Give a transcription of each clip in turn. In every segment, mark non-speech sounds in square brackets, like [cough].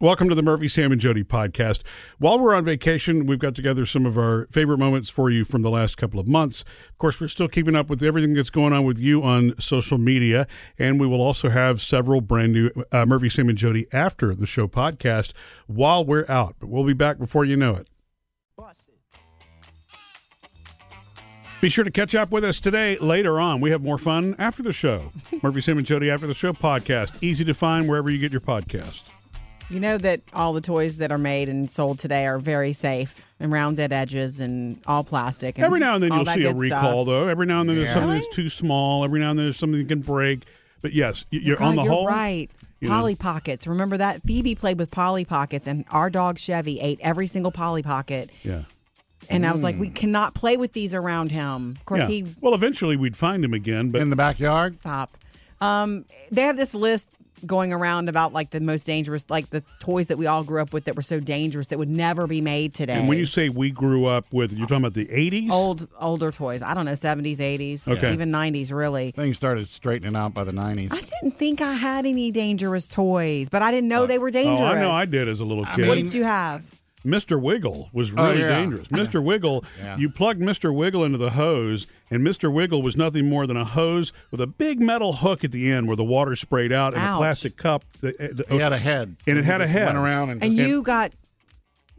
Welcome to the Murphy, Sam, and Jody podcast. While we're on vacation, we've got together some of our favorite moments for you from the last couple of months. Of course, we're still keeping up with everything that's going on with you on social media, and we will also have several brand new uh, Murphy, Sam, and Jody after the show podcast while we're out. But we'll be back before you know it. Be sure to catch up with us today later on. We have more fun after the show. Murphy, Sam, and Jody after the show podcast. Easy to find wherever you get your podcast. You know that all the toys that are made and sold today are very safe and rounded edges and all plastic. And Every now and then all you'll that see a good recall, stuff. though. Every now and then there's Yeah. something that's too small. Every now and then there's something that can break. But yes, y- you're God, on the you're whole. right. you know. Polly Pockets. Remember that Phoebe played with Polly Pockets, and our dog Chevy ate every single Polly Pocket. Yeah. And I was like, we cannot play with these around him. Of course, Mm. yeah. he Well, eventually we'd find him again, but in the backyard. stop. Um, they have this list going around about like the most dangerous, like the toys that we all grew up with that were so dangerous that would never be made today. and when you say we grew up with, you're talking about the 80s? old older toys, I don't know, seventies, eighties, Okay. even nineties, really. Things started straightening out by the I 90s. didn't think I had any dangerous toys, but I didn't know they were dangerous. Oh, I know I did as a little kid. What did you have? Mr. Wiggle was Oh, really yeah. dangerous. Mr. Wiggle, Yeah. you plugged Mr. Wiggle into the hose, and Mr. Wiggle was nothing more than a hose with a big metal hook at the end where the water sprayed out and a Ouch. plastic cup. that- eh, that- He had a head, And it He had a just head. Went around and, And just- you got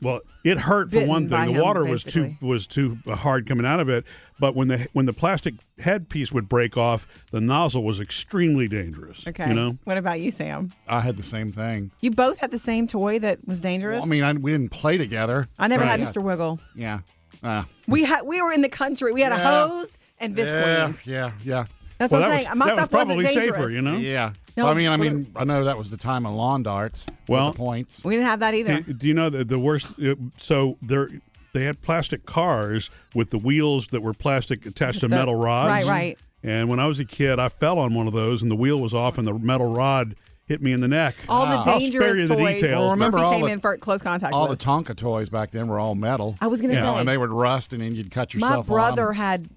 Well, it hurt for Bitten one by thing. The him, water basically. was too was too hard coming out of it. But when the when the plastic head piece would break off, the nozzle was extremely dangerous. okay. you know. What about you, Sam? I had the same thing. You both had the same toy that was dangerous. Well, I mean, I, we didn't play together. I never had Right. Mr. Wiggle. Yeah. Uh, We had we were in the country. We had Yeah. a hose and yeah, visqueen. yeah, yeah, That's well, what I'm that saying. was, My that was stuff probably not dangerous. safer, you know. yeah. No, Well, I mean, I what- mean, I know that was the time of lawn darts. with Well- the points. We didn't have that either. Do, do you know the, the worst? uh, So there, they had plastic cars with the wheels that were plastic attached to The- metal rods. right, right. And when I was a kid, I fell on one of those, and the wheel was off, and the metal rod hit me in the neck. all the Wow. I'll spare dangerous you the toys. details, Well, but- remember Murphy all came the- in for close contact. all the with. Tonka toys back then were all metal. I was gonna You know, say. and they would rust, and then you'd cut My yourself. brother On. had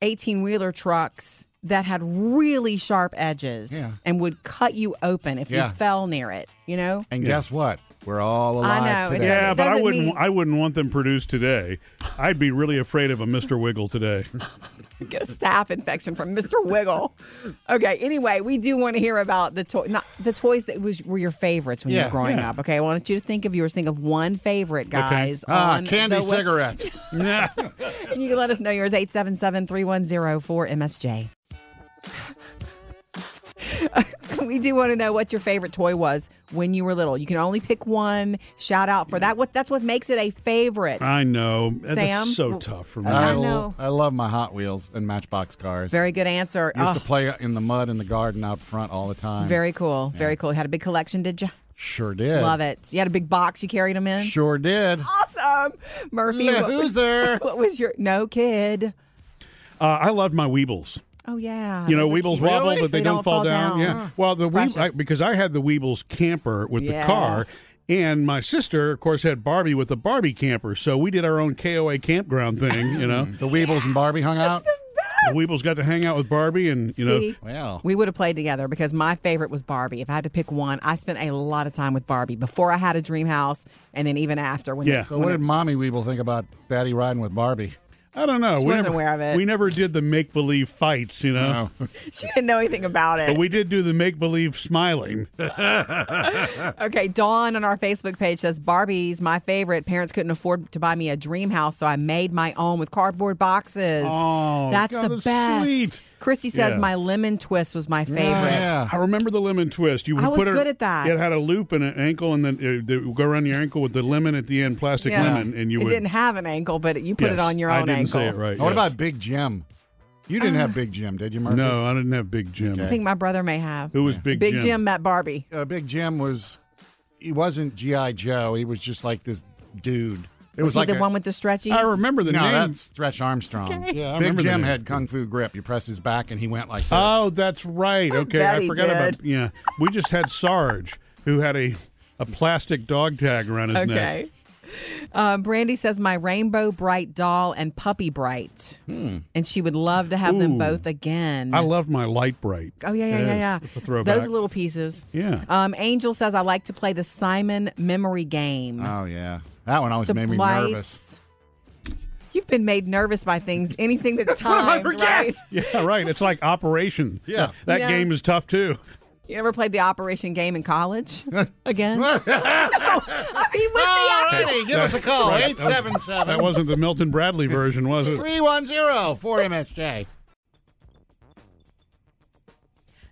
18 wheeler trucks that had really sharp edges Yeah. and would cut you open if Yeah. you fell near it, you know? And guess what? We're all I alive know, today. it's- yeah, it but I doesn't wouldn't. mean- I wouldn't want them produced today. I'd be really afraid of a Mr. Wiggle today. Get a staph infection from Mr. Wiggle. Okay, anyway, we do want to hear about the toy not the toys that was were your favorites when you Yeah, were growing yeah. up. Okay, I want you to think of yours, think of one favorite, guys. Ah, on candy the web- cigarettes. Nah. And you can let us know yours 877-310-4MSJ. [laughs] we do want to know what your favorite toy was when you were little. You can only pick one. Shout out for that. What that's what makes it a favorite. I know. That's Sam? so tough for me. [laughs] I I, know. I love my Hot Wheels and Matchbox cars. Very good answer. used to Oh, play in the mud in the garden out front all the time. very cool. Very cool. Had a big collection, did you? sure did. Love it. Ah. You had a big box you carried them in. Sure did. Awesome. Murphy, what was, Loser. [laughs] what was your no kid? Uh, I loved my Weebles. Oh yeah. You know, Those are Weebles cute. wobble, but they, don't, fall, down. Yeah. Huh. Well, the Weeb- Precious. I, because I had the Weebles camper with Yeah. the car, and my sister, of course, had Barbie with the Barbie camper. So we did our own KOA campground thing. You know, The Weebles and Barbie hung out. the Weebles got to hang out with Barbie, and you know, See? Wow. We would have played together because my favorite was Barbie. If I had to pick one, I spent a lot of time with Barbie before I had a dream house and then even after when Yeah. So what did Mommy Weeble think about Daddy riding with Barbie? I don't know. She we wasn't never, aware of it. We never did the make believe fights. You know. [laughs] she didn't know anything about it. But we did do the make believe smiling. okay, Dawn on our Facebook page says Barbie's my favorite. Parents couldn't afford to buy me a dream house, so I made my own with cardboard boxes. Oh, that's God, the that's best. sweet. Christy says Yeah. my lemon twist was my favorite. Yeah. I remember the lemon twist. You would I was put it, good at that. It had a loop and an ankle, and then it, it would go around your ankle with the lemon at the end, plastic Yeah. lemon, and you it would. didn't have an ankle, but you put it Yes, on your I own didn't ankle. say it right. What Uh, yes. about Big Jim? You didn't Uh. have Big Jim, did you, Murphy? No, I didn't have Big Jim. I think my brother may have. Who was Big, Big Jim? Jim met Barbie. Uh, Big Jim was, he wasn't G.I. Joe. He was just like this dude. It was, Was he like the a- one with the stretchy? I remember the no, name. that's Stretch Armstrong. Yeah, I Big remember the Jim name. had kung fu grip. You press his back and he went like this. Oh, that's right. Okay, bet I he forgot did. about. Yeah, we just had Sarge, who had a a plastic dog tag around his Okay. neck. Uh, Brandy says my rainbow bright doll and puppy bright, and she would love to Hmm. have Ooh. them both again. I love my light bright. Oh yeah, yeah, yeah, Yes, yeah. It's a throwback. Those little pieces. Yeah. Um, Angel says I like to play the Simon memory game. Ah, Oh yeah, that one always the made me lights. nervous. You've been made nervous by things, [laughs] anything that's what [laughs] I timed, forget. right? yeah, right. It's like Operation. Yeah. That Yeah. game is tough too. You ever played the Operation game [laughs] in college again? [laughs] no, I mean with All the righty, give us a call Right. eight seven That seven wasn't the Milton Bradley version, was it? three one zero four MSJ.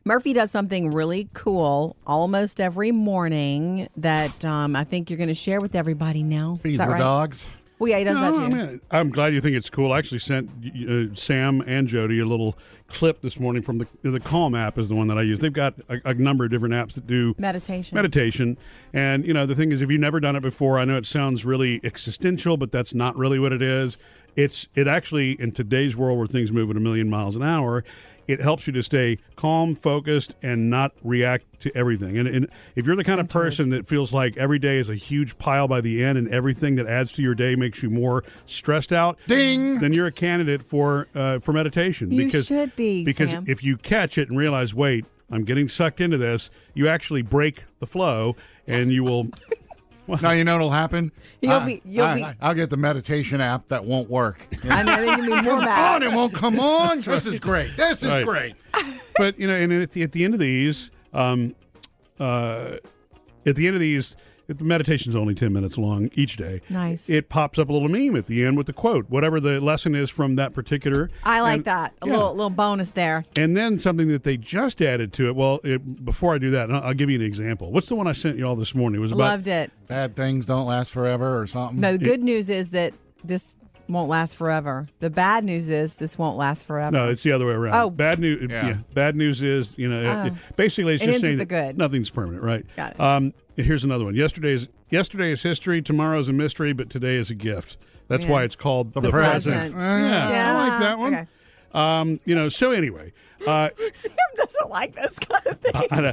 Murphy does something really cool almost every morning that um, I think you're going to share with everybody now. Is Feeds that the right? dogs. Well, yeah, he does that No, too. I mean, I'm glad you think it's cool. I actually sent uh, Sam and Jody a little clip this morning from the the Calm app is the one that I use. They've got a, a number of different apps that do Meditation. meditation. And you know, the thing is, if you've never done it before, I know it sounds really existential, but that's not really what it is. It's it actually in today's world where things move at a million miles an hour, it helps you to stay calm, focused, and not react to everything. And, and if you're the kind of person that feels like every day is a huge pile by the end, and everything that adds to your day makes you more stressed out, Ding. then you're a candidate for uh, for meditation. You because should be, because Sam. if you catch it and realize, wait, I'm getting sucked into this, you actually break the flow and you [laughs] will. Now you know what'll happen. You'll be- you'll I, be- will get the meditation app that [laughs] won't work. I know they can [laughs] be more on, mad. it [laughs] won't come on. This is great. This is Right. great. but, you know, and at the, at the end of these, um, uh, at the end of these, if the meditation's only 10 minutes long each day. Nice. It pops up a little meme at the end with the quote, whatever the lesson is from that particular. I like and- that. A yeah. little little bonus there. And then something that they just added to it. Well, it, before I do that, I'll I'll give you an example. What's the one I sent you all this morning? It was about Loved it. Bad things don't last forever or something. No, the good news is that this won't last forever. The bad news is this won't last forever. No, it's the other way around. Oh. bad news. Yeah. Yeah, bad news is you know it- it- basically it's It just saying ends with the that good. nothing's permanent, right? Got it. Um, here's another one. Yesterday's yesterday is history. Tomorrow's a mystery, but today is a gift. That's why Yeah. it's called the, Present. present. Yeah, I like that one. Okay. [laughs] Um, you know, so anyway, uh, [laughs] Sam doesn't like those kind of things. I know,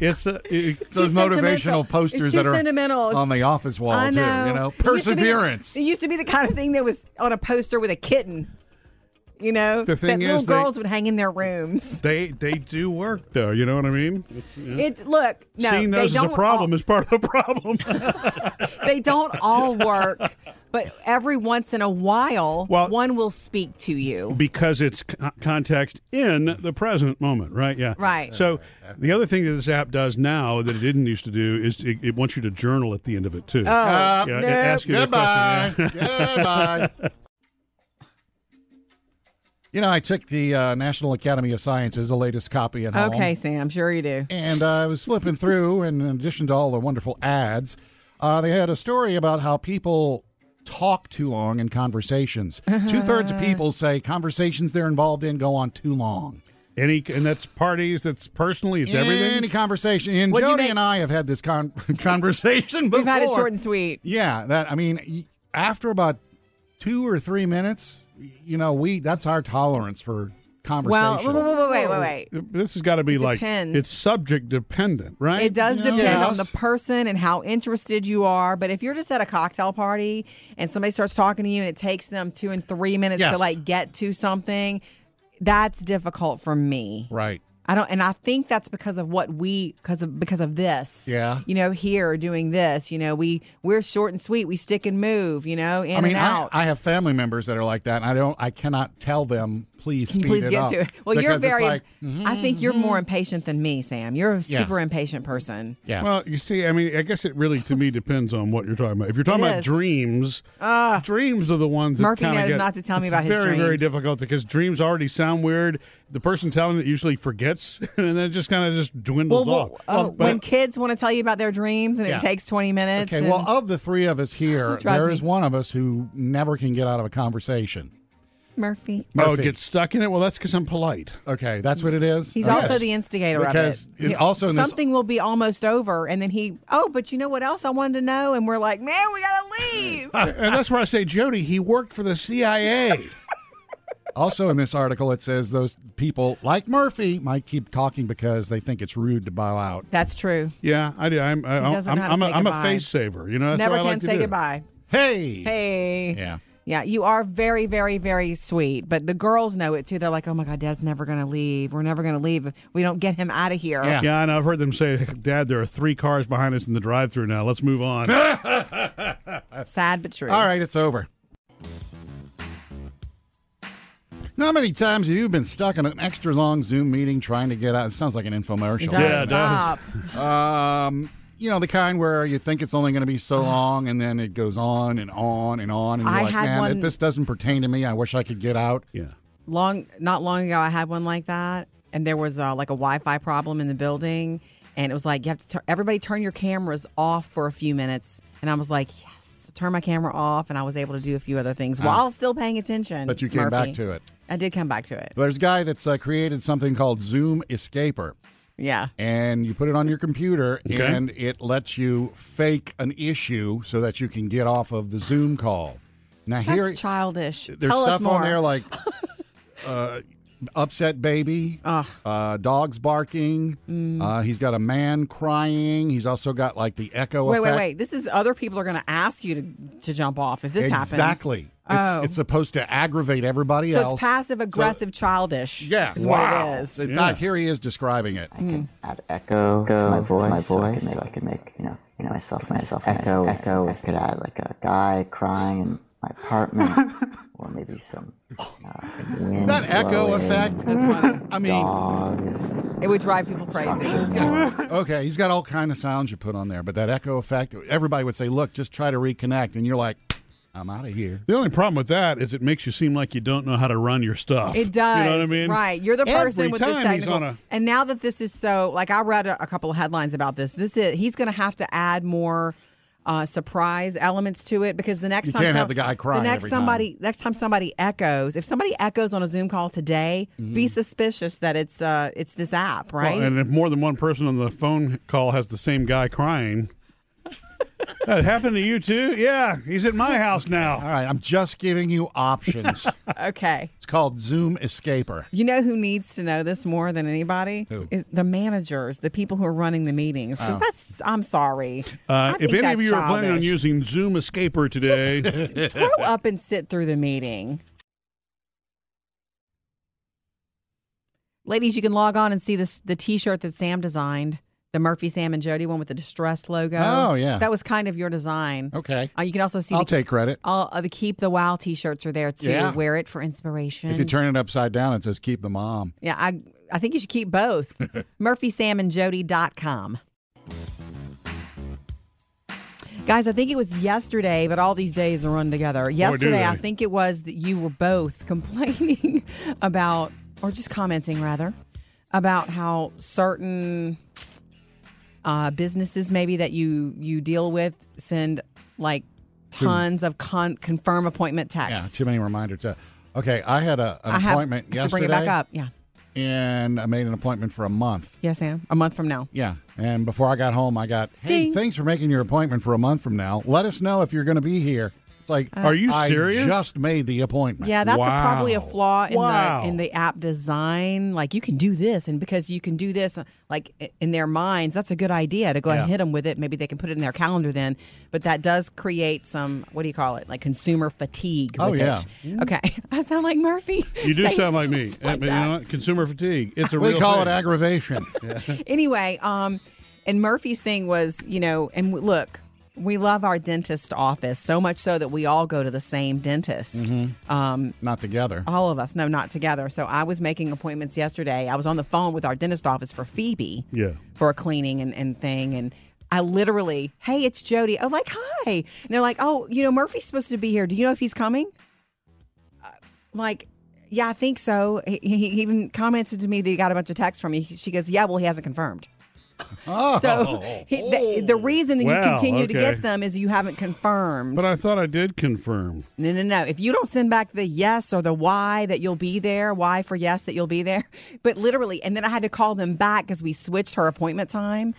it's a, it- Those too sentimental. motivational It's posters too that are sentimental. It's- on the office wall I know. too. You know, It used to be- perseverance. It used to be the kind of thing that was on a poster with a kitten. You know, The thing that little is they- girls would hang in their rooms. they they do work though. You know what I mean? It's, yeah. It look no, Seeing those they as a don't problem is part of the problem. All, they don't all work, [laughs] but every once in a while, Well- one will speak to you. because it's con- context in the present moment, right? Yeah. Right. So the other thing that this app does now that it didn't used to do is it, it wants you to journal at the end of it too. Oh, Uh, Yeah, it nope. asks you the goodbye. question, [laughs] goodbye. You know, I took the uh, National Academy of Sciences, the latest copy at home. okay, Sam, sure you do. And uh, I was flipping through, and in addition to all the wonderful ads, uh, they had a story about how people talk too long [laughs] in conversations. Two thirds of people say conversations they're involved in go on too long. Any and that's parties, that's personally, it's Any everything. conversation. And What'd you Jody make- and I have had this con- [laughs] conversation before. We've had it short and sweet. Yeah, that I mean, y- after about two or three minutes, y- you know, we that's our tolerance for Well, conversation. wait, wait, wait, wait, wait. This has got to be like depends. it's subject dependent, right? It does You know? depend on the Yes. person and how interested you are. But if you're just at a cocktail party and somebody starts talking to you and it takes them two and three minutes to Yes. like get to something, that's difficult for me. Right. I don't, and I think that's because of what we, because of because of this. Yeah. You know, here doing this, you know, we we're short and sweet. We stick and move. You know, in I mean, and I, out. I have family members that are like that, and I don't, I cannot tell them, please Can speed you [laughs] please it get up. to it? Well, you're because it's very. like, mm-hmm. I think you're more impatient than me, Sam. You're a super impatient person. yeah. Well, you see, I mean, I guess it really to me depends on what you're talking about. If you're talking It about is. Ah. dreams, dreams are the ones that Murphy kinda knows get- not to tell me it's about his very, very dreams. difficult because dreams already sound weird. The person telling it usually forgets, [laughs] and then it just kind of just dwindles off. oh, But- when kids want to tell you about their dreams and Yeah. it takes 20 minutes. okay. and- Well, oh, of the three of us [laughs] here, drives there is me- one of us who never can get out of a conversation. Murphy. oh, Murphy. get stuck in it. Well, that's because I'm [laughs] polite. Okay, that's what it is. He's Okay. also the instigator oh, Because of it. it He- also in this- something will be almost over, and then he, oh, but you know what else I wanted to know? And we're like, [laughs] man, we gotta leave. and that's where I say, Jody, he worked for the CIA. Also, in this article, it says those people like Murphy might keep talking because they think it's rude to bow out. That's true. [laughs] Yeah, I do. I'm I, He am doesn't i know how to I'm, a, say I'm a goodbye. face saver. You know, that's Never what I can like to say do. goodbye. Hey. Hey. Yeah. Yeah, you are very, very, very sweet. But the girls know it too. They're like, oh my God, Dad's never going to leave. We're never going to leave if we don't get him out of here. Yeah. Yeah, and I've heard them say, "Dad, there are three cars behind us in the drive-through now. Let's move on." [laughs] Sad but true. All right, it's over. How many times have you been stuck in an extra long Zoom meeting trying to get out? It sounds like an infomercial. Don't Yeah, it stop. Um, you know, the kind where you think it's only going to be so long and then it goes on and on and on. And you're I like, had man, one- this doesn't pertain to me. I wish I could get out. yeah. long not long ago i had one like that and there was uh, like a wi-fi problem in the building and it was like you have to tur- everybody turn your cameras off for a few minutes and i was like yes turn my camera off and i was able to do a few other things while still paying attention Ah. But you came Murphy. back to it. i did come back to it There's a guy that's uh, created something called Zoom Escaper. yeah and you put it on your computer Okay. and it lets you fake an issue so that you can get off of the Zoom call. Now that's here childish there's tell us stuff more on there [laughs] like uh, upset baby, Ugh. Mm. uh, dogs barking. Uh, he's got a man crying. He's also got like the echo wait effect. wait wait this is other people are going to ask you to, to jump off if this happens Exactly. It's, Oh. it's supposed to aggravate everybody so else. it's passive aggressive childish Yeah. is what it is [laughs] In fact, here he is describing it. add echo Mm. to my voice, my voice so, I can make, so I can make you know you know myself myself echo echo. I could add like a guy crying in my [laughs] apartment, or maybe some uh, some wind. That echo blowing, effect. I mean, Dogs. it would drive people crazy [laughs] Okay, he's got all kind of sounds you put on there, but that echo effect, everybody would say, "Look, just try to reconnect," and you're like, "I'm out of here." The only problem with that is it makes you seem like you don't know how to run your stuff. It does. You know what I mean? Right. You're the Every person with time the he's technical. on a- and now that this is so, like I read a, a couple of headlines about this. This is he's going to have to add more uh, surprise elements to it because the next You time can't have the guy crying The next every time. somebody, next time somebody echoes, if somebody echoes on a Zoom call today, be suspicious that it's uh it's this app, right? Mm-hmm. Well, and if more than one person on the phone call has the same guy [laughs] crying, that happened to you too? Yeah, he's at my house now. All right, I'm just giving you [laughs] options. okay. it's called Zoom Escaper. You know who needs to know this more than anybody Who? is the managers, the people who are running the meetings. 'Cause that's I'm sorry. I Oh. Uh, think if any of that's you are planning on childish. using Zoom Escaper today, [laughs] grow up and sit through the meeting. Ladies, you can log on and see this the T-shirt that Sam designed, the Murphy Sam and Jody one with the distressed logo. Oh, yeah. that was kind of your design. Okay, Uh, you can also see. I'll the, take credit. All uh, the keep the wow T-shirts are there too. Yeah. Wear it for inspiration. If you turn it upside down, it says "Keep the Mom." yeah, I I think you should keep [laughs] both. MurphySamandJody.com. Guys, I think it was yesterday, but all these days are run together. Yesterday, I they. think it was that you were both [laughs] complaining about, or just commenting rather, about how certain uh, businesses maybe that you you deal with send like tons of con- confirm appointment Yeah, texts. too many reminders. Uh, Okay, I had a, an I have appointment to yesterday, bring it back up. Yeah, and I made an appointment for a month. yeah, Sam. A month from now. Yeah, and before I got home, I got, "Hey, Ding. thanks for making your appointment for a month from now. Let us know if you're going to be here." It's like, Uh, are you I serious? just made the appointment. Yeah, that's a, probably a Wow. flaw in Wow. the in the app design. Like you can do this, and because you can do this, like i- in their minds, that's a good idea to go ahead and hit them with it. Maybe they can put it in their calendar then. But that does create some what do you call it? Like consumer fatigue. Oh, with yeah. It. Okay, [laughs] I sound like Murphy. you do saying sound like stuff me. Uh, but you that. know what? Consumer fatigue. It's a We real call thing. [laughs] it aggravation. [laughs] anyway, um, and Murphy's thing was, you know, and w- look, we love our dentist office so much so that we all go to the same dentist. Um, Not together. all of us, no, not together. So I was making appointments yesterday. I was on the phone with our dentist office for Phoebe Yeah. for a cleaning and, and thing. And I literally, hey, it's Jody. I'm like, hi. And they're like, oh, you know, Murphy's supposed to be here. Do you know if he's coming? Uh, like, yeah, I think so. He, he he even commented to me that he got a bunch of texts from me. She goes, yeah, well, he hasn't confirmed. Oh, So he, the, the reason that Wow, you continue to okay. get them is you haven't confirmed. But I thought I did confirm. No, no, no. If you don't send back the yes or the why that you'll be there, why for yes that you'll be there, [laughs] but literally, and then I had to call them back because we switched her appointment time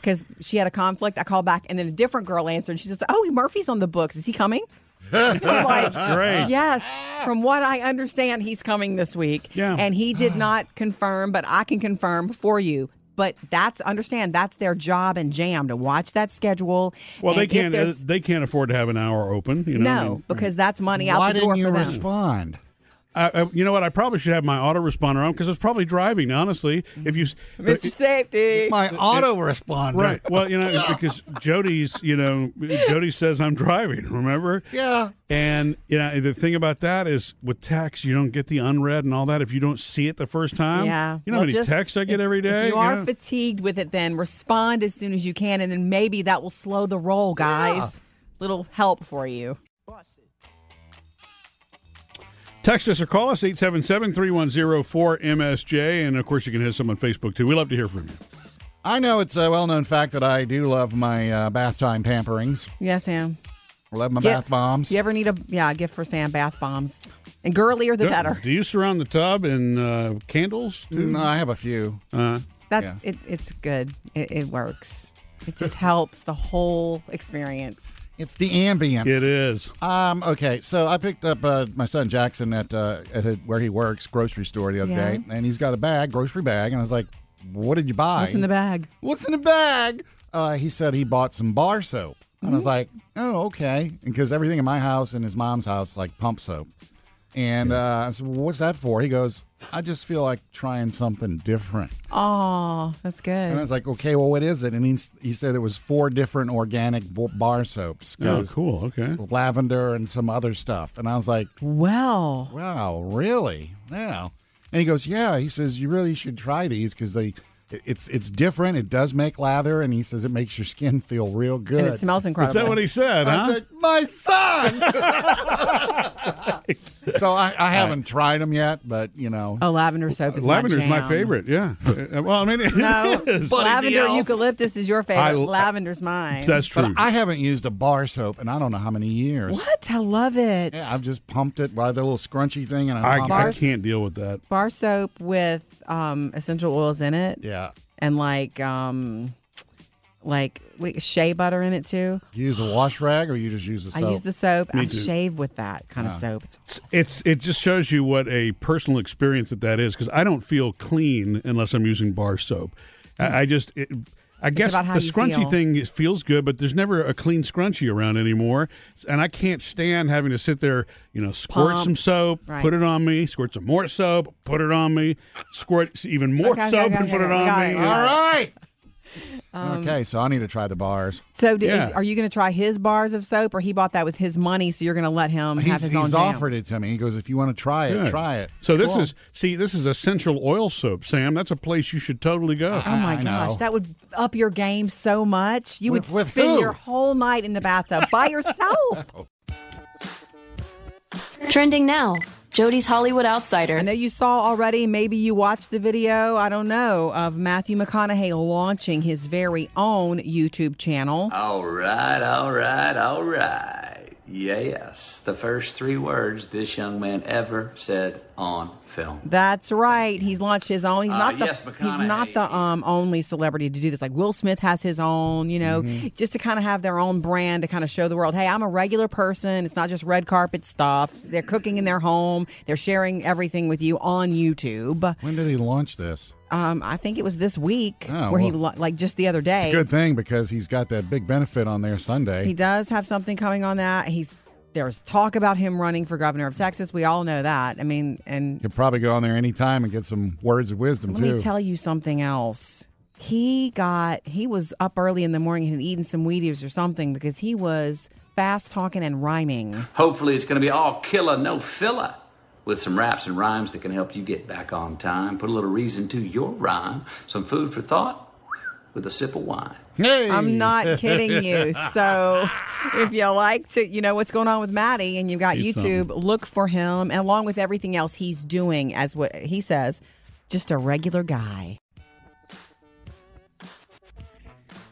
because she had a conflict. I called back, and then a different girl answered. And she says, "Oh, Murphy's on the books. Is he coming?" like, Uh-huh. Great. Yes. From what I understand, he's coming this week. Yeah. And [sighs] he did not confirm, but I can confirm for you. But that's understand that's their job and jam to watch that schedule. Well, and they if can't. Uh, there's- they can't afford to have an hour open. You know. I no, mean, because that's money out Why the door didn't you for them. respond? I, I, you know what? I probably should have my autoresponder on because I was probably driving. Honestly, if you, Mr. Safety. My autoresponder. right? [laughs] Well, you know, because Jody's, you know, Jody says I'm driving. Remember? Yeah. And you know, the thing about that is with text, you don't get the unread and all that if you don't see it the first time. Yeah. You know how Well, many just- texts I get every day. If you are know? fatigued with it, then respond as soon as you can, and then maybe that will slow the roll, guys. Little help for you. Text us or call us 877-310-4MSJ. And of course you can hit us up on Facebook too. We love to hear from you. I know it's a well known fact that I do love my uh, bath time pamperings. Yes, Sam. I love my Get- bath bombs. Do you ever need a yeah gift for Sam? Bath bombs, and girlier the Do- better. Do you surround the tub in uh, candles? Mm, I have a few. Uh, That Yeah. it, it's good. It, it works. It just helps the whole experience. It's the ambience. it is. Um, okay, so I picked up uh, my son Jackson at uh, at his, where he works, grocery store the other Yeah. day, and he's got a bag, grocery bag, and I was like, "What did you buy? What's in the bag? What's in the bag?" Uh, he said he bought some bar soap, and I Mm-hmm. was like, "Oh, okay," because everything in my house and his mom's house is like pump soap. And uh, I said, well, "What's that for?" He goes, "I just feel like trying something different." Oh, that's And I good. was like, "Okay, well, what is it?" And he s- he said it was four different organic b- bar soaps, Oh, 'cause cool. Okay. lavender and some other stuff. And I was like, Well, Wow, really? Wow. And he goes, yeah. He says you really should try these because they, it- it's it's different. It does make lather, and he says it makes your skin feel real good. and it smells incredible. Is that what he said, I huh? said, my son. [laughs] so I, I haven't tried them yet, but you know, oh, lavender soap is Lavender's my, my, jam. favorite, yeah. Uh, well, I mean, it [laughs] No, [laughs] is. lavender eucalyptus is your favorite. I- Lavender's mine. That's but true. I haven't used a bar soap in I don't know how many years. what? I love it. Yeah, I've just pumped it by the little scrunchy thing, and I, I, pump I it. Bars- can't deal with that. Bar soap with um, essential oils in it, yeah, and like um, like wait, shea butter in it too. you use a wash rag or you just use the soap. I use the soap. I too. shave with that kind of soap. It's awesome. It's it just shows you what a personal experience that that is because I don't feel clean unless I'm using bar soap. I, I just it, I guess the about how you scrunchy feel. thing is- feels good, but there's never a clean scrunchy around anymore, and I can't stand having to sit there, you know, squirt Pump. some soap, Right. put it on me, squirt some more soap, put it on me, squirt even more Okay, okay, soap okay, and put okay, it we on got me. it. Yeah. All [laughs] right. Um, okay, so I need to try the bars. So, d Yeah. is, are you going to try his bars of soap, or he bought that with his money? So you're going to let him have He's, his own he's jam? offered it to me. He goes, if you want to try it, Good. try it. So this Cool. is see this is essential oil soap, Sam. That's a place you should totally go. Oh my I know. gosh, that would up your game so much. You With- would with spend who? your whole night in the bathtub by yourself. Trending now, Jody's Hollywood I Outsider. know you saw already, maybe you watched the video, I don't know, of Matthew McConaughey launching his very own YouTube channel. All right, all right, all right. Yes, the first three words this young man ever said on film. That's right. He's launched his own. He's Uh, not the yes, he's not McConaughey. the um only celebrity to do this. Like Will Smith has his own, you know, just to kind of have their own brand to kind of show the world, hey, I'm a regular person. It's not just red carpet stuff. They're cooking in their home. They're sharing everything with you on YouTube. When did he launch this? Um, I think it was this week Oh, where he lo- well. like just the other day. Good thing because he's got that big benefit on there Sunday. He does have something coming on that. He's there's talk about him running for governor of Texas. We all know that. I mean, and Could probably go on there anytime and get some words of wisdom let too. me tell you something else. He got he was up early in the morning and had eaten some Wheaties or something because he was fast talking and rhyming. Hopefully, it's going to be all killer, no filler, with some raps and rhymes that can help you get back on time, put a little reason to your rhyme, some food for thought, with a sip of wine. hey, I'm [laughs] not kidding you. So if you like to, you know what's going on with Maddie and you've got He's YouTube, look for him and along with everything else he's doing as what he says, just a regular guy.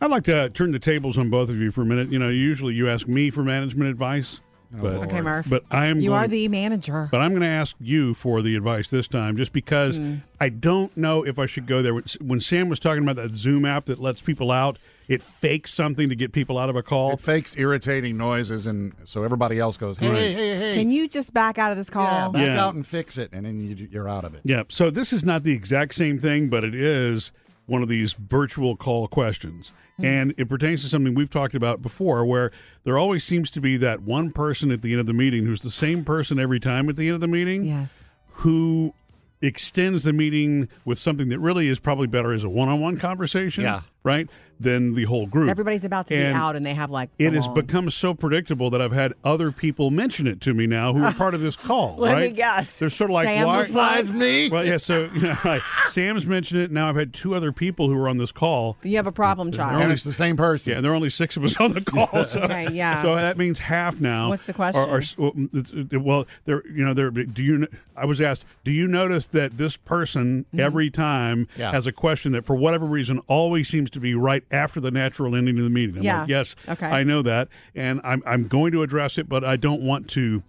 I'd like to turn the tables on both of you for a minute. You know, usually you ask me for management advice, but Oh, Okay, Murph. But I am You going, are the manager. But I'm going to ask you for the advice this time, just Hmm. because I don't know if I should go there. When- When Sam was talking about that Zoom app that lets people out, It fakes something to get people out of a call. It fakes irritating noises, and so everybody else goes, hey, hey, hey, hey. Can you just back out of this yeah, call? back Yeah. out and fix it, and then you, you're out of it. Yeah. So this is not the exact same thing, but it is one of these virtual call questions. Hmm. And it pertains to something we've talked about before where there always seems to be that one person at the end of the meeting who's the same person every time at the end of the meeting Yes. who extends the meeting with something that really is probably better as a one-on-one conversation, Yeah. right? Than the whole group. Everybody's about to And be out and they have like It the has long- become so predictable that I've had other people mention it to me now who are part of this call. [laughs] Let me right? guess. They're sort of like, Sam why? was like- Besides me. Well, yeah. So [laughs] you know, right. Sam's mentioned it. Now I've had two other people who were on this call. You have a problem, child. and it's the same person. Yeah, and there are only six of us on the call. So, [laughs] Okay, yeah. So that means half now. What's the question? Are, are, well, it's- it- well, there. You know, there. Do you? kn- I was asked. Do you notice that this person Mm-hmm. every time Yeah. has a question that, for whatever reason, always seems to be right after the natural ending of the meeting? I'm Yeah. Like, yes. Okay. I know that, and I'm I'm going to address it, but I don't want to.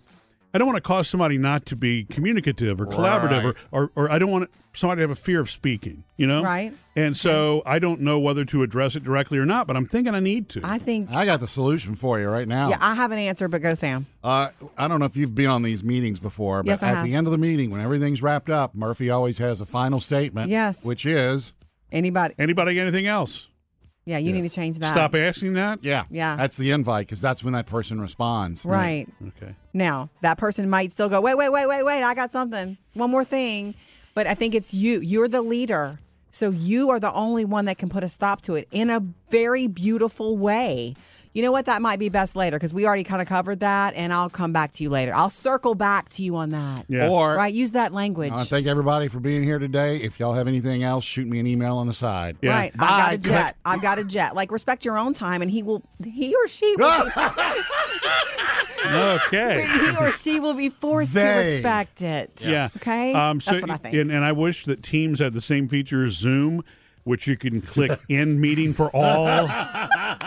I don't want to cause somebody not to be communicative or collaborative, Right. or, or, or I don't want somebody to have a fear of speaking. You know, Right. and so I don't know whether to address it directly or not, but I'm thinking I need to. I think I got the solution for you right now. yeah, I have an answer, but go Sam. Uh, I don't know if you've been on these meetings before, but Yes, I at have. the end of the meeting, when everything's wrapped up, Murphy always has a final statement. Yes. Which is, Anybody Anybody got anything else? Yeah, you need to change that. Stop asking that? yeah, Yeah. that's the invite because that's when that person responds. Right. Okay. Now, that person might still go, wait, wait, wait, wait, wait, I got something. One more thing. But I think it's you. You're the leader. So you are the only one that can put a stop to it in a very beautiful way. You know what? That might be best later because we already kind of covered that, and I'll come back to you later. I'll circle back to you on that. Yeah. [laughs] Or Right? Use that language. I want to thank everybody for being here today. If y'all have anything else, shoot me an email on the side. Yeah. Right. I've got Bye. a jet. I've got a jet. Like, respect your own time, and he will, he or she will, be- [laughs] Okay. he or she will be forced to They. respect it. yeah. Okay. Um, so, That's what I think. And, and I wish that Teams had the same feature as Zoom, which you can [laughs] click end meeting for all.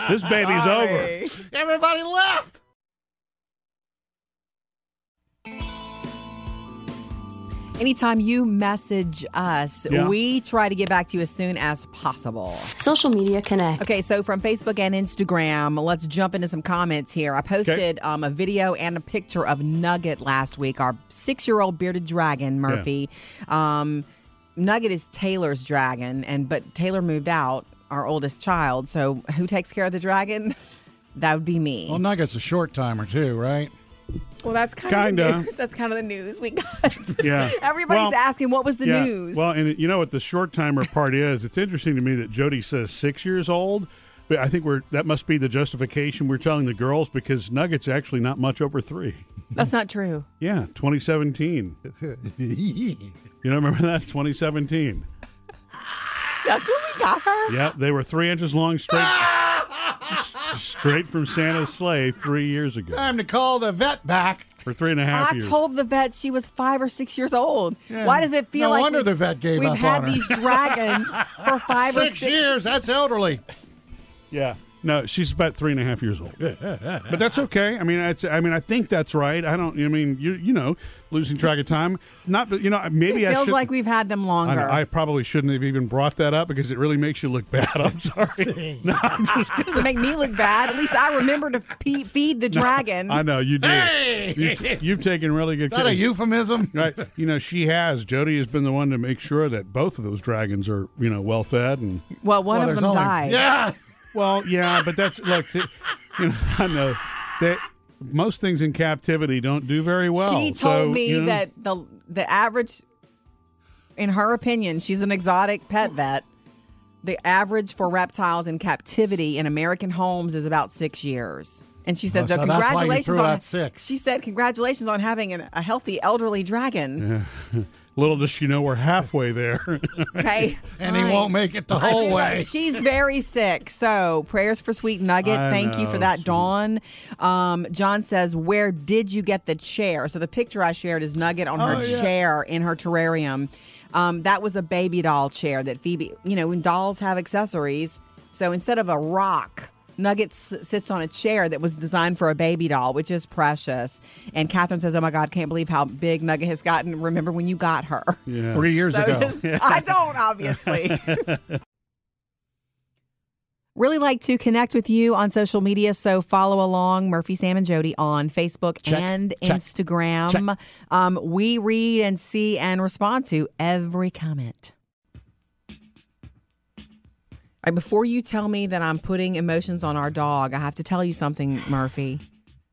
this baby's over. Everybody left. Anytime you message us, Yeah. we try to get back to you as soon as possible. Social Media Connect. Okay, so from Facebook and Instagram, let's jump into some comments here. I posted um, a video and a picture of Nugget last week, our six year old bearded dragon, Murphy. Um, Nugget is Taylor's dragon, and but Taylor moved out, our oldest child. So who takes care of the dragon? [laughs] That would be me. Well, Nugget's a short timer too, right? Well, that's kind of the Kinda. news. [laughs] That's kind of the news we got. Yeah. [laughs] Everybody's Well, asking what was the yeah. news. Well, and you know what the short timer part is? It's interesting to me that Jody says six years old. But I think we're that must be the justification we're telling the girls because Nugget's actually not much over three. that's not true. Yeah, 2017. You know, remember that 2017. That's when we got her. Yeah, they were three inches long, straight, straight from Santa's sleigh three years ago, Time to call the vet back. or three and a half I years. told the vet she was five or six years old. Yeah. Why does it feel No like wonder we've- the vet gave we've up had on her. these [laughs] dragons for five or Six six years. That's elderly. yeah, no, she's about three and a half years old, but that's okay. I mean, that's, I mean, I think that's right. I don't. I mean, you you know, losing track of time. Not, that you know, maybe It I feels should. like we've had them I, longer. know, I probably shouldn't have even brought that up because it really makes you look bad. I'm [laughs] sorry. No, I'm just kidding. doesn't make me look bad. At least I remember to pe- feed [laughs] the dragon. I know you do. Hey! You, you've taken really good Is that care. a euphemism? Right. You know, she has. Jody has been the one to make sure that both of those dragons are, you know, well fed and well, one Well, of there's them only- died. Yeah. well, yeah, but that's look, see, you know, [laughs] I know that most things in captivity don't do very well. she told So, me you know, that the the average, in her opinion, she's an exotic pet vet. The average for reptiles in captivity in American homes is about six years. And she said, Oh, so, so that's why you congratulations threw on out six. She said, congratulations on having an, a healthy elderly dragon. little does she know we're halfway there. [laughs] [laughs] Okay, And he Fine. won't make it the I whole feel like way. [laughs] She's very sick. So prayers for Sweet Nugget. I Thank you know, for that, she- Dawn. Um, John says, "Where did you get the chair?" So the picture I shared is Nugget on Oh, her chair in her terrarium. Um, that was a baby doll chair that Phoebe. You know, when dolls have accessories, so instead of a rock. Nugget s- sits on a chair that was designed for a baby doll, which is precious. And Catherine says, "Oh my God, can't believe how big Nugget has gotten." Remember when you got her? [laughs] yeah. Three years So ago. this- I don't, obviously. [laughs] Really like to connect with you on social media, so follow along Murphy, Sam, and Jody on Facebook Check. and Check. Instagram. Um, we read and see and respond to every comment. All right, before you tell me that I'm putting emotions on our dog, I have to tell you something, Murphy.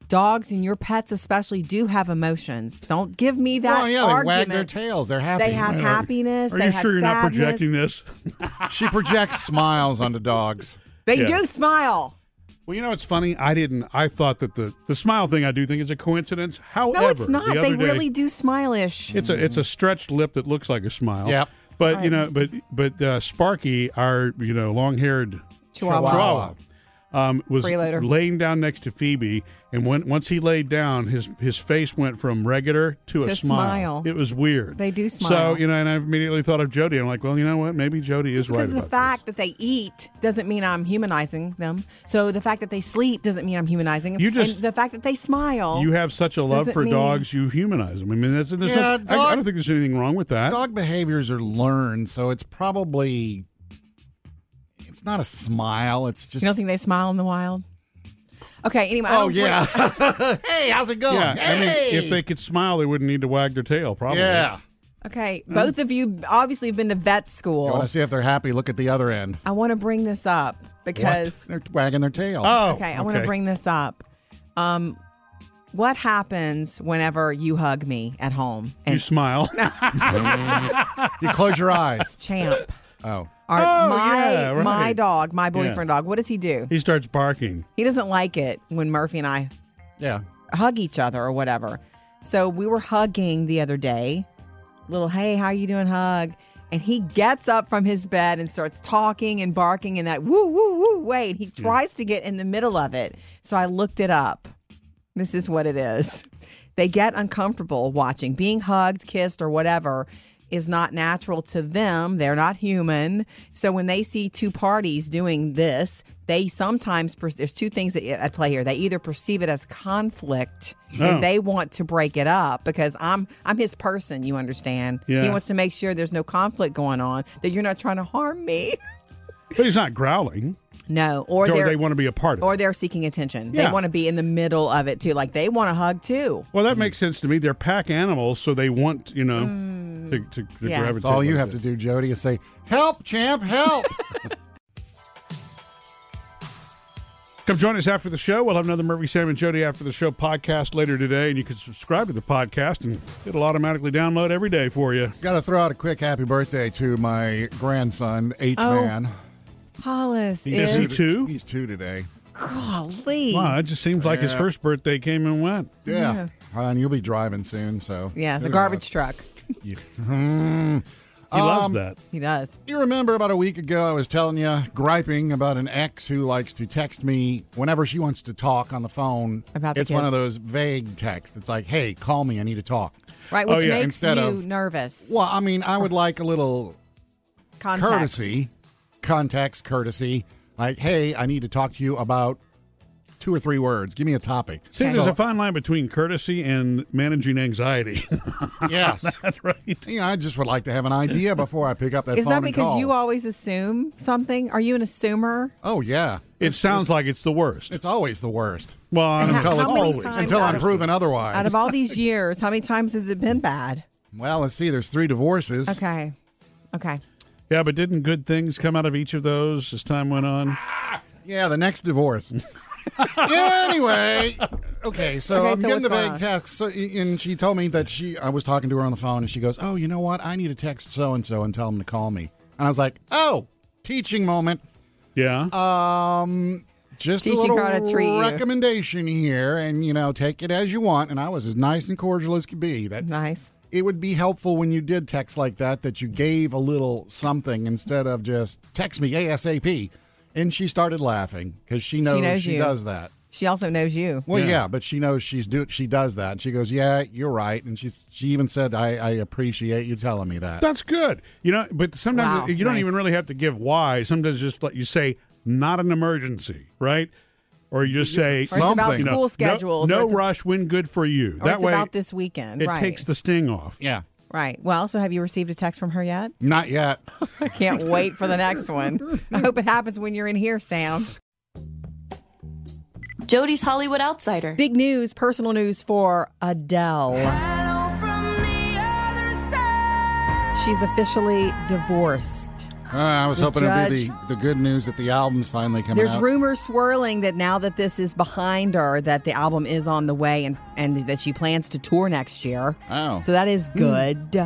Dogs and your pets especially do have emotions. Don't give me that oh yeah, they argument. wag their tails. They're happy. They have happiness. Are they you have sure you're not sadness. projecting this? She projects smiles onto dogs. They Yeah. do smile. Well, you know it's funny. I didn't. I thought that the the smile thing I do think is a coincidence. However, No, it's The not. other They day, really do smile-ish. It's a it's a stretched lip that looks like a smile. Yep. But you know, but but uh, Sparky, our you know long haired Chihuahua. Chihuahua, um, was Freeloader. laying down next to Phoebe, and when once he laid down, his his face went from regular to, a To smile. smile. It was weird. They do So smile. you know, and I immediately thought of Jody. I'm like, well, you know what? Maybe Jody is right Because about the fact that they eat doesn't mean I'm humanizing them. So the fact that they sleep doesn't mean I'm humanizing them. You just- and the fact that they this. smile. You have such a love Doesn't for mean- dogs, you humanize them. I mean, that's, that's Yeah, not- I, I don't dog- think there's anything wrong with that. Dog behaviors are learned, so it's probably it's not a smile. It's just You don't think they smile in the wild? Okay. Anyway. I oh don't- yeah. [laughs] hey, how's it going? Yeah, I Hey! mean, if they could smile, they wouldn't need to wag their tail. Probably. yeah. Okay. Both of you obviously have been to vet You want school. to see if they're happy? Look at the other end. I want to bring this up because What? they're wagging their tail. Oh. okay, I want to bring this up. Um, what happens whenever you hug me at home? You And smile. [laughs] you close [laughs] your eyes. champ. Oh, All right, Oh, my yeah, right. my dog, my boyfriend dog. What does he do? he starts barking. He doesn't like it when Murphy and I yeah. hug each other or whatever. So we were hugging the other day. Little hey, how you doing? Hug. And he gets up from his bed and starts talking and barking and that woo woo woo wait. He Hmm. tries to get in the middle of it. So I looked it up. This is what it is. They get uncomfortable watching. Being hugged, kissed, or whatever is not natural to them. They're not human. So when they see two parties doing this, they sometimes, per- there's two things that at play here. They either perceive it as conflict Oh. and they want to break it up because I'm I'm his person, you understand. Yeah. He wants to make sure there's no conflict going on, that you're not trying to harm me. But he's not growling. [laughs] No. Or, Or, they're, they want to be a part of or it. they're seeking attention. Yeah. They want to be in the middle of it too. Like they want to hug too. Well, Mm. that makes sense to me. They're pack animals, so they want, you know, to, to, to Yes. gravitate. It's So all you like have to that. do, Jody, is say, "Help, champ, help." [laughs] Come join us after the show. We'll have another Murphy, Sam, and Jody after the show podcast later today, and you can subscribe to the podcast, and it'll automatically download every day for you. Got to throw out a quick happy birthday to my grandson, H Oh, Man. Hollis Is he is two? He's two today. golly. Wow, it just seems like his first birthday came and went. Yeah. And you'll be driving soon, so. Yeah, the Who garbage truck. knows? Mm. He loves that. He does. [laughs] You remember about a week ago, I was telling you, griping about an ex who likes to text me whenever she wants to talk on the phone. About the it's one kids. of those vague texts. It's like, hey, call me. I need to talk. Right, Oh, which yeah, makes instead you of- nervous. Well, I mean, I would like a little Context. courtesy, context, courtesy. Like, hey, I need to talk to you about two or three words. Give me a topic. See, there's a fine line between courtesy and managing anxiety. [laughs] yes. right. You know, I just would like to have an idea before I pick up that Is phone that and because call. you always assume something? Are you an assumer? oh yeah, It sounds like it's the worst. it's always the worst Well, I don't how- tell how it's many always. times- until out I'm of- proven otherwise. Out of [laughs] all these years, how many times has it been bad? well, let's see. There's three divorces. Okay. Okay. Yeah, but didn't good things come out of each of those as time went on? Yeah, the [laughs] next divorce. yeah, anyway. Okay, so Okay, I'm so getting what's the going vague on? text, so, and she told me that she. I was talking to her on the phone, and she goes, "Oh, you know what? I need to text so and so and tell them to call me." And I was like, "Oh, teaching moment. Yeah. Um, just Teaching a little her how to treat you. recommendation here, and you know, take it as you want." And I was as nice and cordial as could be. That Nice. it would be helpful when you did text like that that you gave a little something instead of just text me ASAP. And she started laughing because she knows she, knows you. does that. She also knows you. Well, yeah. but she knows she's do she does that, and she goes, "Yeah, you're right." And she's she even said, "I, I appreciate you telling me that." That's good. You know, but sometimes Wow, you don't nice. even really have to give why. Sometimes just let you say, not an emergency, right? Or you just say, Or it's about Something. no- school schedules. No, or it's, rush, when good for you. or that it's way, about this weekend. it right. takes the sting off. Yeah, Right. Well, so have you received a text from her yet? Not yet. I can't wait for the next one. I hope it happens when you're in here, Sam. Jody's Hollywood Outsider. Big news, personal news for Adele. She's officially divorced. Uh, I was The hoping it'd be judge- the, the good news that the album's finally coming There's out. rumors swirling that now that this is behind her, that the album is on the way and, and that she plans to tour next year. Oh. So that is good.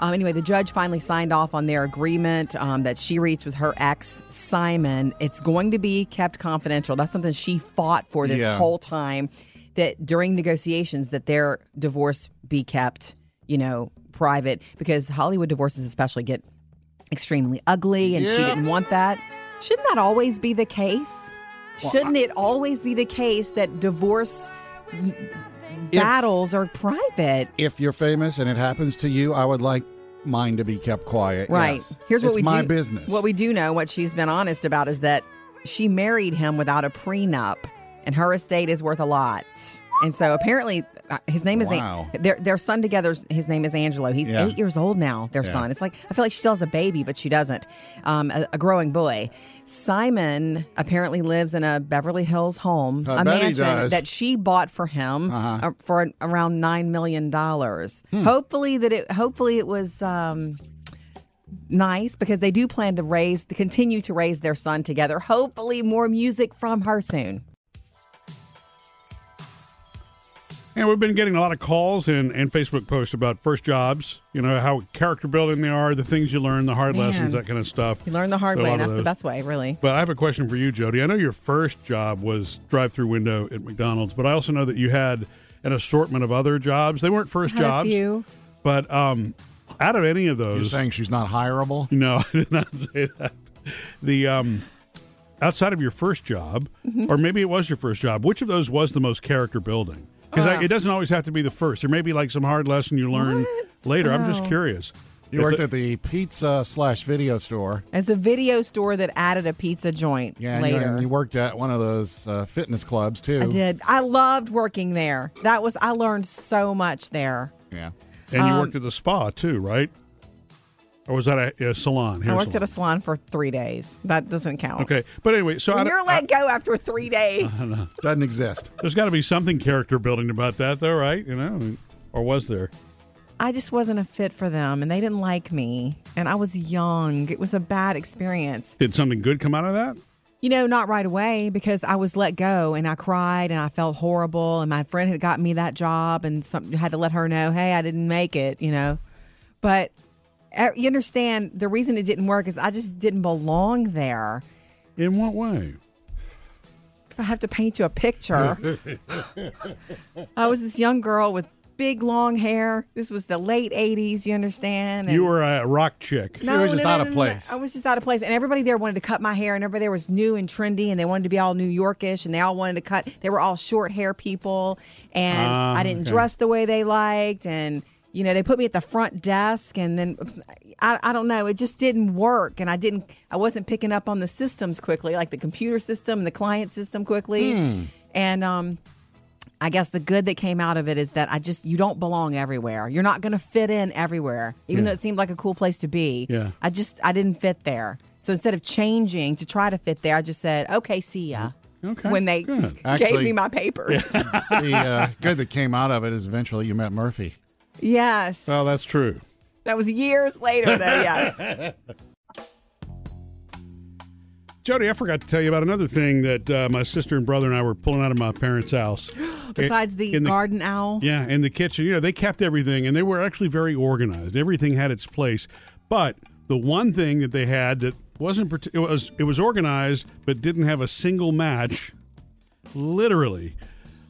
Um, anyway, the judge finally signed off on their agreement um, that she reached with her ex, Simon. It's going to be kept confidential. That's something she fought for this Yeah. whole time that during negotiations that their divorce be kept, you know, private because Hollywood divorces especially get extremely ugly and she Yeah. didn't want that. Shouldn't that always be the case? Shouldn't it always be the case that divorce battles are private? if you're famous and it happens to you, I would like mine to be kept quiet. Right. yes. Here's what It's we my do. business. What we do know, what she's been honest about, is that she married him without a prenup, and her estate is worth a lot. And so apparently, uh, his name is An- Wow. their their son together. His name is Angelo. He's Yeah. eight years old now. Their Yeah. son. It's like I feel like she still has a baby, but she doesn't. Um, a, a growing boy. Simon apparently lives in a Beverly Hills home, I a bet he mansion does. Uh-huh. that she bought for him uh for an- around nine million dollars. Hmm. Hopefully that it. Hopefully it was. Um, nice because they do plan to raise to continue to raise their son together. Hopefully more music from her soon. And we've been getting a lot of calls and, and Facebook posts about first jobs, you know, how character building they are, the things you learn, the hard Man. lessons, that kind of stuff. You learn the hard A way lot and of that's the those. best way, really. But I have a question for you, Jody. I know your first job was drive through window at McDonald's, but I also know that you had an assortment of other jobs. They weren't first Had a jobs. few. But um, out of any of You're those, saying she's not [laughs] hireable? no, I did not say that. The um, outside of your first job, Mm-hmm. or maybe it was your first job. Which of those was the most character building? Because Wow. it doesn't always have to be the first. There may be like some hard lesson you learn later. I'm just Wow. curious. You worked at the pizza slash video store. As a video store that added a pizza joint Yeah, and you- later. and you worked at one of those uh, fitness clubs too. I did. I loved working there. That was I learned so much there. Yeah. and you Um, worked at the spa too, right? Or was that a, a salon? Hair I worked salon? at a salon for three days. That doesn't count. Okay, but anyway, so I, When you're I- let go after three days. Doesn't exist. there's got to be something character building about that, though, right? You know, or was there? I just wasn't a fit for them and they didn't like me. And I was young. It was a bad experience. Did something good come out of that? You know, not right away because I was let go and I cried and I felt horrible. And my friend had got me that job and some, had to let her know, hey, I didn't make it, you know. But uh, you understand the reason it didn't work is I just didn't belong there. In what way? If I have to paint you a picture, I was this young girl with big long hair. This was the late 80s, you understand? And You were a rock chick. She was just out of place. I was just out of place, and everybody there wanted to cut my hair, and everybody there was new and trendy, and they wanted to be all New Yorkish, and they all wanted to cut. They were all short hair people, and Ah, I didn't okay. dress the way they liked, and you know they put me at the front desk, and then I, I don't know, it just didn't work, and I didn't, I wasn't picking up on the systems quickly, like the computer system and the client system quickly, Hmm. and um. I guess the good that came out of it is that I just you don't belong everywhere. You're not going to fit in everywhere, even Yeah. though it seemed like a cool place to be. Yeah. I just I didn't fit there. So instead of changing to try to fit there, I just said, "Okay, see ya." Okay, When they good. gave Actually- me my papers. the uh, good that came out of it is eventually you met Murphy. [laughs] yes. Well, that's true. that was years later though, [laughs] yes. Jody, I forgot to tell you about another thing that uh, my sister and brother and I were pulling out of my parents' house. Besides the, In the- garden owl. Yeah, in the kitchen. You know, they kept everything and they were actually very organized. Everything had its place. But the one thing that they had that wasn't parti- it was it was organized but didn't have a single match literally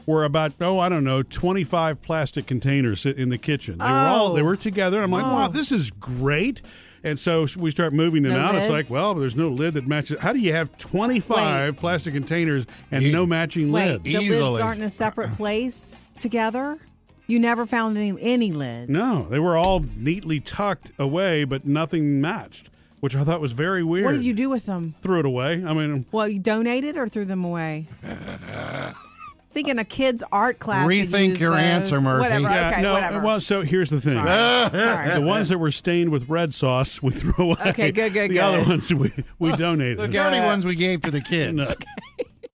were about oh I don't know 25 plastic containers sit in the kitchen. They were all Oh. they were together. I'm like, "Wow, this is great." And so we start moving them No out. It's like, lids? well, there's no lid that matches. How do you have 25 plastic containers and Ye- no matching Wait, lids? the lids Easily. aren't in a separate place together? You never found any any lids. No, they were all neatly tucked away, but nothing matched, which I thought was very weird. What did you do with them? Threw it away. I mean, [laughs] Well, you donated or threw them away? thinking a kid's art class. could Rethink use your those. answer, Murphy. Whatever. Yeah, okay, uh, no, whatever. well, so here's the thing. Sorry. [laughs] The ones that were stained with red sauce, we threw away. Okay, good, good, The good. [laughs] other ones we, we donated. The dirty ones we gave to the kids.